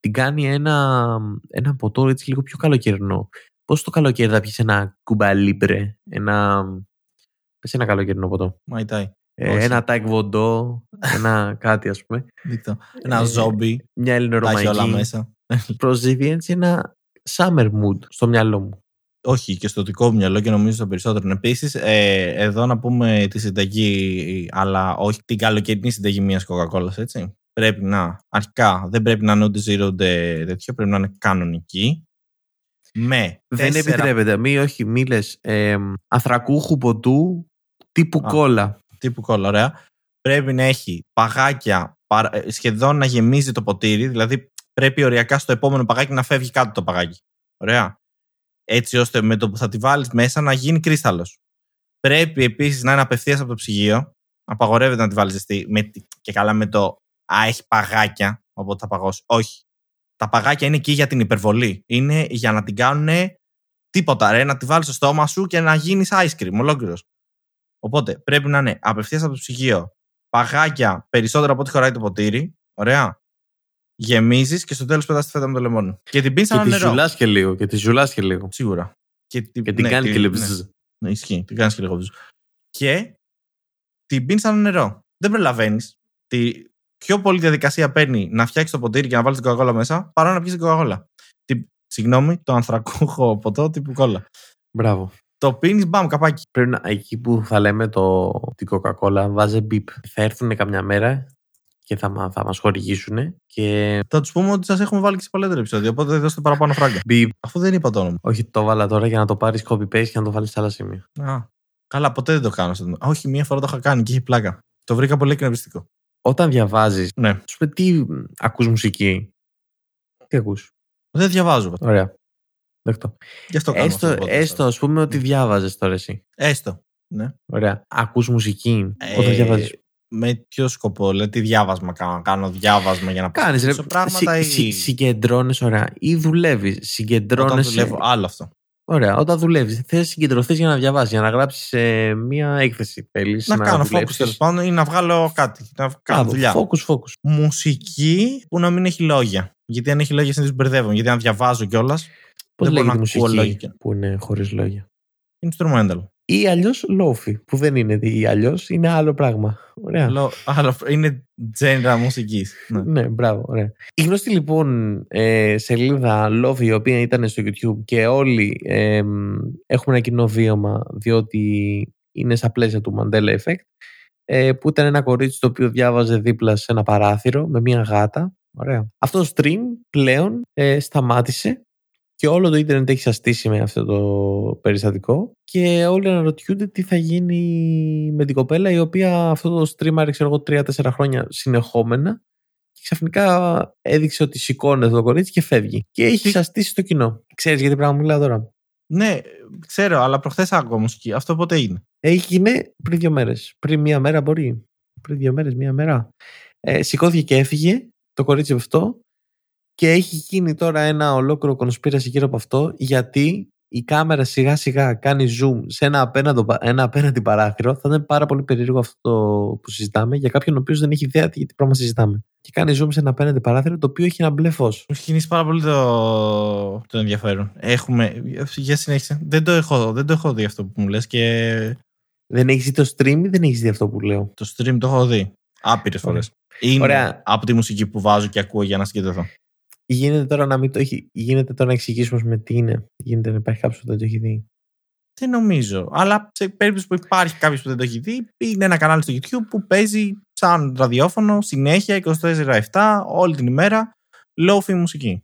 Speaker 1: Την κάνει ένα, ένα ποτό έτσι λίγο πιο καλοκαιρινό. Πώς το καλοκαίρι θα πιεις ένα κουμπαλίμπρε, ένα. Πες ένα καλοκαιρινό ποτό.
Speaker 2: Μαϊτάι.
Speaker 1: Ε,
Speaker 2: Όχι.
Speaker 1: ένα τάκ βοντό, ένα κάτι ας πούμε.
Speaker 2: Δείκτο. Ένα
Speaker 1: Ε,
Speaker 2: ζόμπι.
Speaker 1: Μια
Speaker 2: Τα έχει όλα
Speaker 1: ελληνορωμαϊκή.
Speaker 2: μέσα.
Speaker 1: Προσδίδει έτσι ένα summer mood στο μυαλό μου.
Speaker 2: Όχι, και στο δικό μου μυαλό και νομίζω στο περισσότερο. Επίσης, ε, εδώ να πούμε τη συνταγή, αλλά όχι την καλοκαιρινή συνταγή μιας Coca-Cola, έτσι. Πρέπει να, αρχικά, δεν πρέπει να είναι ούτε zero ούτε τέτοιο, πρέπει να είναι κανονική. Με.
Speaker 1: Δεν
Speaker 2: τέσσερα-
Speaker 1: επιτρέπεται. Μη, όχι, μη λες, ε, αθρακούχου ποτού τύπου
Speaker 2: Α.
Speaker 1: κόλλα.
Speaker 2: Τύπου κόλλα, ωραία. Πρέπει να έχει παγάκια, παρα- ε, σχεδόν να γεμίζει το ποτήρι, δηλαδή πρέπει οριακά στο επόμενο παγάκι να φεύγει κάτω το παγάκι. Ωραία. Έτσι ώστε με το που θα τη βάλεις μέσα να γίνει κρύσταλλος. Πρέπει επίσης να είναι απευθείας από το ψυγείο. Απαγορεύεται να τη βάλεις ζεστή. Με... τη- Και καλά με το Α, έχει παγάκια, οπότε θα παγώσει. Όχι. Τα παγάκια είναι εκεί για την υπερβολή. Είναι για να την κάνουν τίποτα, ρε, να τη βάλεις στο στόμα σου και να γίνεις ice cream ολόκληρος. Οπότε πρέπει να είναι απευθείας από το ψυγείο. Παγάκια περισσότερα από ό,τι χωράει το ποτήρι. Ωραία. Γεμίζεις και στο τέλος πετάς τη φέτα με το λεμόνι. Και την πίνεις σαν
Speaker 1: Και
Speaker 2: ένα
Speaker 1: τη
Speaker 2: νερό.
Speaker 1: ζουλάς και λίγο. Και τη ζουλάς και λίγο.
Speaker 2: Σίγουρα. Και, τη-
Speaker 1: Και την
Speaker 2: ναι,
Speaker 1: κάνεις
Speaker 2: τη-
Speaker 1: και λίγο.
Speaker 2: ναι.
Speaker 1: ζζ.
Speaker 2: Ναι, ισχύει. Την κάνεις και λίγο βυζού. Και την πίνεις σαν νερό. Δεν προλαβαίνεις. Τη πιο πολλή διαδικασία παίρνει να φτιάξεις το ποτήρι και να βάλεις την κοκακόλα μέσα παρά να πιεις την κοκακόλα. Τι, συγγνώμη, το ανθρακούχο ποτό τύπου κόλλα.
Speaker 1: Μπράβο.
Speaker 2: Το πίνεις μπαμ καπάκι.
Speaker 1: Πρέπει να, εκεί που θα λέμε το, την Coca-Cola, βάζε μπιπ. Θα έρθουν καμιά μέρα και θα, μα- θα μας χορηγήσουν και
Speaker 2: Θα τους πούμε ότι σας έχουμε βάλει και σε παλαιότερα επεισόδια. Οπότε δώστε παραπάνω φράγκα.
Speaker 1: μπιπ.
Speaker 2: Αφού δεν είπα το όνομα.
Speaker 1: Όχι, το βάλα τώρα για να το πάρεις copy-paste και να το βάλεις σε άλλα σημεία.
Speaker 2: Α, καλά, ποτέ δεν το κάνω. αυτό. Α, Όχι, μία φορά το είχα κάνει και είχε πλάκα. Το βρήκα πολύ εκνευριστικό.
Speaker 1: Όταν διαβάζεις,
Speaker 2: Ναι.
Speaker 1: σου πει τι μ, ακούς μουσική. Τι ακούς.
Speaker 2: Δεν διαβάζω.
Speaker 1: Ωραία. Δεκτό.
Speaker 2: Γι' αυτό κάνω.
Speaker 1: Έστω,
Speaker 2: αυτό το Ναι. podcast.
Speaker 1: έστω ας πούμε ότι διάβαζες τώρα εσύ.
Speaker 2: Έστω. Ναι.
Speaker 1: Ωραία. Ακούς μουσική
Speaker 2: Ε,
Speaker 1: όταν διαβάζεις.
Speaker 2: Με ποιο σκοπό, δηλαδή τι διάβασμα κάνω. Κάνω διάβασμα για να
Speaker 1: Κάνεις ρε,
Speaker 2: προσέξω πράγματα
Speaker 1: συ- συ-
Speaker 2: ή.
Speaker 1: συγκεντρώνεις ωραία ή δουλεύεις,
Speaker 2: Όταν
Speaker 1: συγκεντρώνεσαι.
Speaker 2: δουλεύω, άλλο αυτό.
Speaker 1: Ωραία, όταν δουλεύεις, θες να συγκεντρωθείς για να διαβάσεις, για να γράψεις ε, μία έκθεση. Θέλεις
Speaker 2: Να, κάνω focus
Speaker 1: δουλέψεις.
Speaker 2: τέλος πάντων ή να βγάλω κάτι. Να κάνω
Speaker 1: Μπράβο,
Speaker 2: δουλειά.
Speaker 1: Focus, focus.
Speaker 2: Μουσική που να μην έχει λόγια. Γιατί αν έχει λόγια συνήθως μπερδεύομαι. Γιατί αν διαβάζω κιόλας.
Speaker 1: Πώς λέγεται
Speaker 2: μπορώ
Speaker 1: η
Speaker 2: να ακούω
Speaker 1: μουσική
Speaker 2: λόγια.
Speaker 1: που είναι χωρίς λόγια.
Speaker 2: Instrumental.
Speaker 1: Ή αλλιώς λόφι, που δεν είναι ή αλλιώς, είναι άλλο πράγμα. Ωραία.
Speaker 2: Λέω, άλλο- είναι τζένρα μουσικής.
Speaker 1: Ναι, μπράβο, ωραία. Η γνωστή λοιπόν ε, σελίδα Love, η οποία ήταν στο YouTube και όλοι ε, μ, έχουμε ένα κοινό βίωμα, διότι είναι στα πλαίσια του Mandela Effect, ε, που ήταν ένα κορίτσι το οποίο διάβαζε δίπλα σε ένα παράθυρο με μια γάτα. Ωραία. Αυτό το stream πλέον ε, σταμάτησε και όλο το ίντερνετ έχει σαστήσει με αυτό το περιστατικό και όλοι αναρωτιούνται τι θα γίνει με την κοπέλα η οποία αυτό το stream άρεξε εγώ 3-4 χρόνια συνεχόμενα και ξαφνικά έδειξε ότι σηκώνει αυτό το κορίτσι και φεύγει. Και έχει
Speaker 2: Τι-
Speaker 1: σαστήσει το κοινό. Ξέρεις γιατί πράγμα μιλάω τώρα.
Speaker 2: Ναι, ξέρω, αλλά προχθές άκουγα μουσική. Αυτό πότε έγινε.
Speaker 1: Έγινε πριν δύο μέρες. Πριν μία μέρα μπορεί. Πριν δύο μέρες, μία μέρα. Ε, σηκώθηκε και έφυγε το κορίτσι αυτό και έχει γίνει τώρα ένα ολόκληρο κονσπίραση γύρω από αυτό γιατί η κάμερα σιγά σιγά κάνει zoom σε ένα απέναντι, ένα απέναντι παράθυρο. Θα ήταν πάρα πολύ περίεργο αυτό το που συζητάμε για κάποιον ο οποίος δεν έχει ιδέα τι γιατί πράγμα συζητάμε. Και κάνει zoom σε ένα απέναντι παράθυρο το οποίο έχει ένα μπλε φως.
Speaker 2: Μου έχει κινήσει πάρα πολύ το, το ενδιαφέρον. Έχουμε. Για συνέχισε. Δεν το, έχω, δεν το έχω δει αυτό που μου λες και
Speaker 1: Δεν έχεις δει το stream ή δεν έχεις δει αυτό που λέω.
Speaker 2: το stream το έχω δει. Άπειρες φορές. Είναι
Speaker 1: Ωραία.
Speaker 2: από τη μουσική που βάζω και ακούω για να συγκεντρωθώ.
Speaker 1: Γίνεται τώρα να μην το έχει. Γίνεται τώρα να εξηγήσουμε με τι είναι. Γίνεται να υπάρχει κάποιος που δεν το έχει δει.
Speaker 2: Δεν νομίζω. Αλλά σε περίπτωση που υπάρχει κάποιος που δεν το έχει δει, είναι ένα κανάλι στο YouTube που παίζει σαν ραδιόφωνο συνέχεια 24-7 όλη την ημέρα. Lofi μουσική.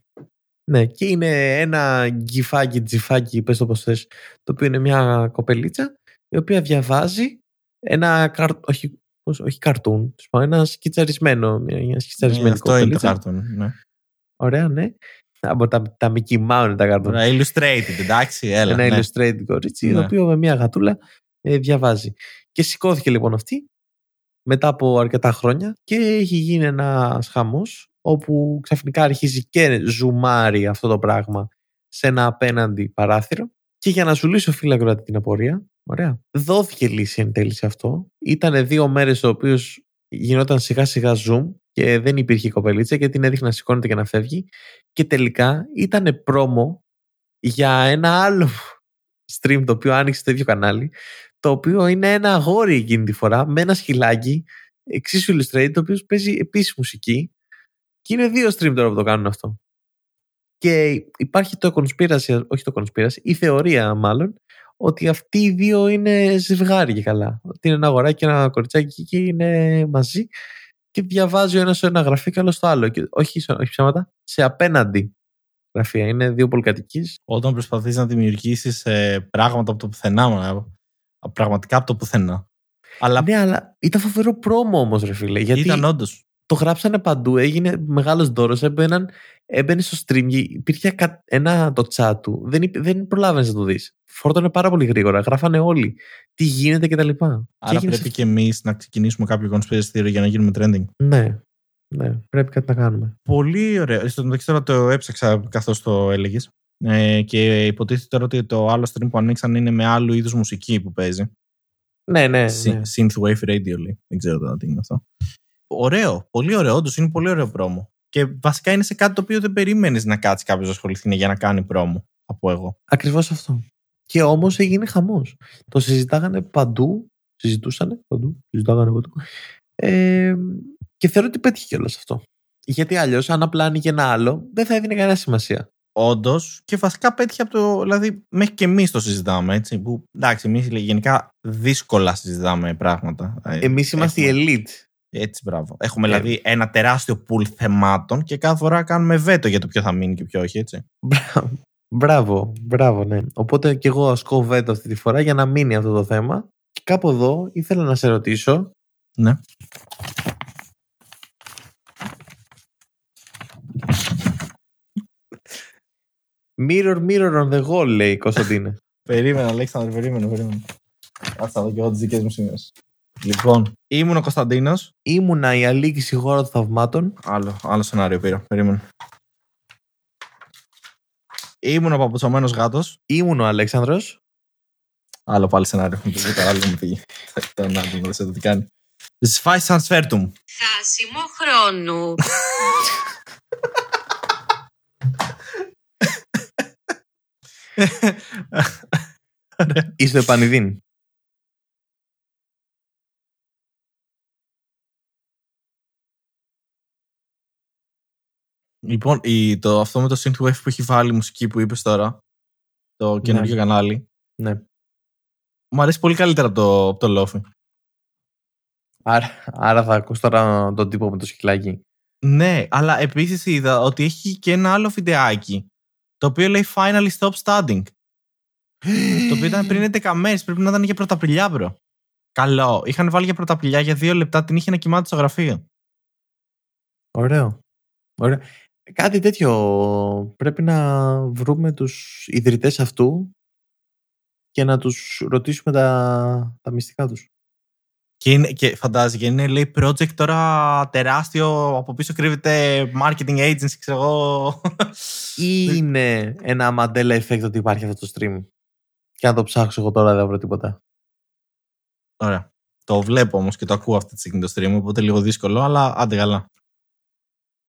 Speaker 1: Ναι, και είναι ένα γκυφάκι, τζιφάκι, πες το πως θες, το οποίο είναι μια κοπελίτσα, η οποία διαβάζει ένα καρ... όχι, πώς- όχι καρτούν, τους πάω, ένα σκιτσαρισμένο, μια, μια σκιτσαρισμένη
Speaker 2: Ε, αυτό είναι το
Speaker 1: κοπελίτσα.
Speaker 2: κάρτον. Ναι.
Speaker 1: Ωραία, ναι. Από τα, τα Mickey Mouse είναι τα καρτούν.
Speaker 2: Ωραία, illustrated, εντάξει, έλα.
Speaker 1: ένα
Speaker 2: ναι.
Speaker 1: illustrated κορίτσι, το
Speaker 2: Ναι.
Speaker 1: οποίο με μια γατούλα ε, διαβάζει. Και σηκώθηκε λοιπόν αυτή μετά από αρκετά χρόνια και έχει γίνει ένας χαμός όπου ξαφνικά αρχίζει και ζουμάρει αυτό το πράγμα σε ένα απέναντι παράθυρο. Και για να σου λύσω φίλε ακροατή την απορία, Ωραία. Δόθηκε λύση εν τέλει σε αυτό. Ήταν δύο μέρες ο οποίος γινόταν σιγά σιγά zoom και δεν υπήρχε η κοπελίτσα και την έδειχνε να σηκώνεται και να φεύγει. Και τελικά ήταν πρόμο για ένα άλλο stream το οποίο άνοιξε το ίδιο κανάλι. Το οποίο είναι ένα αγόρι εκείνη τη φορά με ένα σκυλάκι εξίσου Illustrated, το οποίο παίζει επίσης μουσική. Και είναι δύο stream τώρα που το κάνουν αυτό. Και υπάρχει το conspiracy, όχι το conspiracy, η θεωρία μάλλον, ότι αυτοί οι δύο είναι ζευγάρι και καλά. Ότι είναι ένα αγοράκι και ένα κοριτσάκι και είναι μαζί και διαβάζει ο ένας σε ένα γραφείο και άλλος στο άλλο. Και όχι, όχι ψέματα, σε απέναντι γραφεία. Είναι δύο πολυκατοικεί.
Speaker 2: Όταν προσπαθείς να δημιουργήσεις πράγματα από το πουθενά, μάνα, πραγματικά από το πουθενά. Αλλά
Speaker 1: Ναι, αλλά ήταν φοβερό πρόμο όμως, ρε φίλε. Γιατί
Speaker 2: ήταν όντως.
Speaker 1: το γράψανε παντού, έγινε μεγάλος δώρος. Έμπαιναν, έμπαινε στο stream, και υπήρχε ακα- ένα το chat του. Δεν, υπ- δεν προλάβαινες να το δεις. Φόρτωνε πάρα πολύ γρήγορα. Γράφανε όλοι τι γίνεται κτλ.
Speaker 2: Άρα πρέπει και εμείς να ξεκινήσουμε κάποιο conspiracy theory για να γίνουμε trending.
Speaker 1: Ναι, ναι, πρέπει κάτι να κάνουμε.
Speaker 2: Πολύ ωραίο. Στο μεταξύ τώρα το έψαξα καθώς το έλεγες. Ε, και υποτίθεται τώρα ότι το άλλο stream που ανοίξαν είναι με άλλου είδους μουσική που παίζει.
Speaker 1: Ναι, ναι.
Speaker 2: Συ-
Speaker 1: ναι.
Speaker 2: Synthwave Radio λέει. Δεν ξέρω τώρα τι είναι αυτό. Ωραίο. Πολύ ωραίο. Όντως είναι πολύ ωραίο πρόμο. Και βασικά είναι σε κάτι το οποίο δεν περίμενε να κάτσει κάποιος να ασχοληθεί ναι, για να κάνει πρόμο. Από εγώ.
Speaker 1: Ακριβώς αυτό. Και όμως έγινε χαμός. Το συζητάγανε παντού. Συζητούσανε παντού. Συζητάγανε παντού. Ε, και θεωρώ ότι πέτυχε κιόλα αυτό. Γιατί αλλιώς, αν απλά άνοιγε ένα άλλο, δεν θα έδινε κανένα σημασία.
Speaker 2: Όντως. Και βασικά πέτυχε από το. Δηλαδή, μέχρι και εμείς το συζητάμε. Έτσι, που, εντάξει, εμείς γενικά δύσκολα συζητάμε πράγματα. Ε,
Speaker 1: Εμείς είμαστε
Speaker 2: έχουμε-
Speaker 1: η elite.
Speaker 2: Έτσι, μπράβο. Έχουμε
Speaker 1: Ε.
Speaker 2: δηλαδή ένα τεράστιο πουλ θεμάτων και κάθε φορά κάνουμε βέτο για το ποιο θα μείνει και ποιο όχι, έτσι.
Speaker 1: Μπράβο. Μπράβο, μπράβο, ναι. Οπότε και εγώ ασκώ βέτο αυτή τη φορά για να μείνει αυτό το θέμα. Και κάπου εδώ ήθελα να σε ρωτήσω.
Speaker 2: Ναι.
Speaker 1: Mirror, mirror on the wall, λέει η Κωνσταντίνε.
Speaker 2: Περίμενα, Αλέξανδρο, περίμενα, περίμενα. Κάτσε να δω και εγώ τις δικές μου σημειώσει. Λοιπόν, ήμουν ο Κωνσταντίνος.
Speaker 1: Ήμουνα η αλήκηση χώρα των θαυμάτων.
Speaker 2: Άλλο, άλλο σενάριο πήρα. Περίμενα. Ήμουν ο παπουτσωμένος γάτος.
Speaker 1: Ήμουν ο Αλέξανδρος.
Speaker 2: Άλλο πάλι σενάριο. Μου πήγε το άλλο μου πήγε. Τον άλλο δεν ξέρω τι κάνει. Σφάι σαν σφέρτουμ.
Speaker 3: Χάσιμο χρόνου.
Speaker 1: Είσαι το επανειδήν.
Speaker 2: Λοιπόν, η, το, αυτό με το Synthwave που έχει βάλει η μουσική που είπες τώρα, το καινούργιο κανάλι,
Speaker 1: Ναι.
Speaker 2: μου αρέσει πολύ καλύτερα από το, από το Lofi.
Speaker 1: Άρα, άρα θα ακούς τώρα τον τύπο με το σκυλάκι.
Speaker 2: Ναι, αλλά επίσης είδα ότι έχει και ένα άλλο βιντεάκι. Το οποίο λέει Finally Stop Standing. το οποίο ήταν πριν 11 μέρες, πρέπει να ήταν για πρωταπριλιά, μπρο. Καλό. Είχαν βάλει για πρωταπριλιά για δύο λεπτά, την είχε να κοιμάται στο γραφείο.
Speaker 1: Ωραίο. Ωραίο. Κάτι τέτοιο πρέπει να βρούμε τους ιδρυτές αυτού και να τους ρωτήσουμε τα, τα μυστικά τους.
Speaker 2: Και, είναι, και φαντάζεσαι, είναι λέει project τώρα τεράστιο, από πίσω κρύβεται marketing agency, ξέρω εγώ.
Speaker 1: Είναι ένα Mandela effect ότι υπάρχει αυτό το stream. Και αν το ψάξω εγώ τώρα δεν θα βρω τίποτα.
Speaker 2: Ωραία. Το βλέπω όμως και το ακούω αυτή τη στιγμή το stream, οπότε λίγο δύσκολο, αλλά άντε καλά.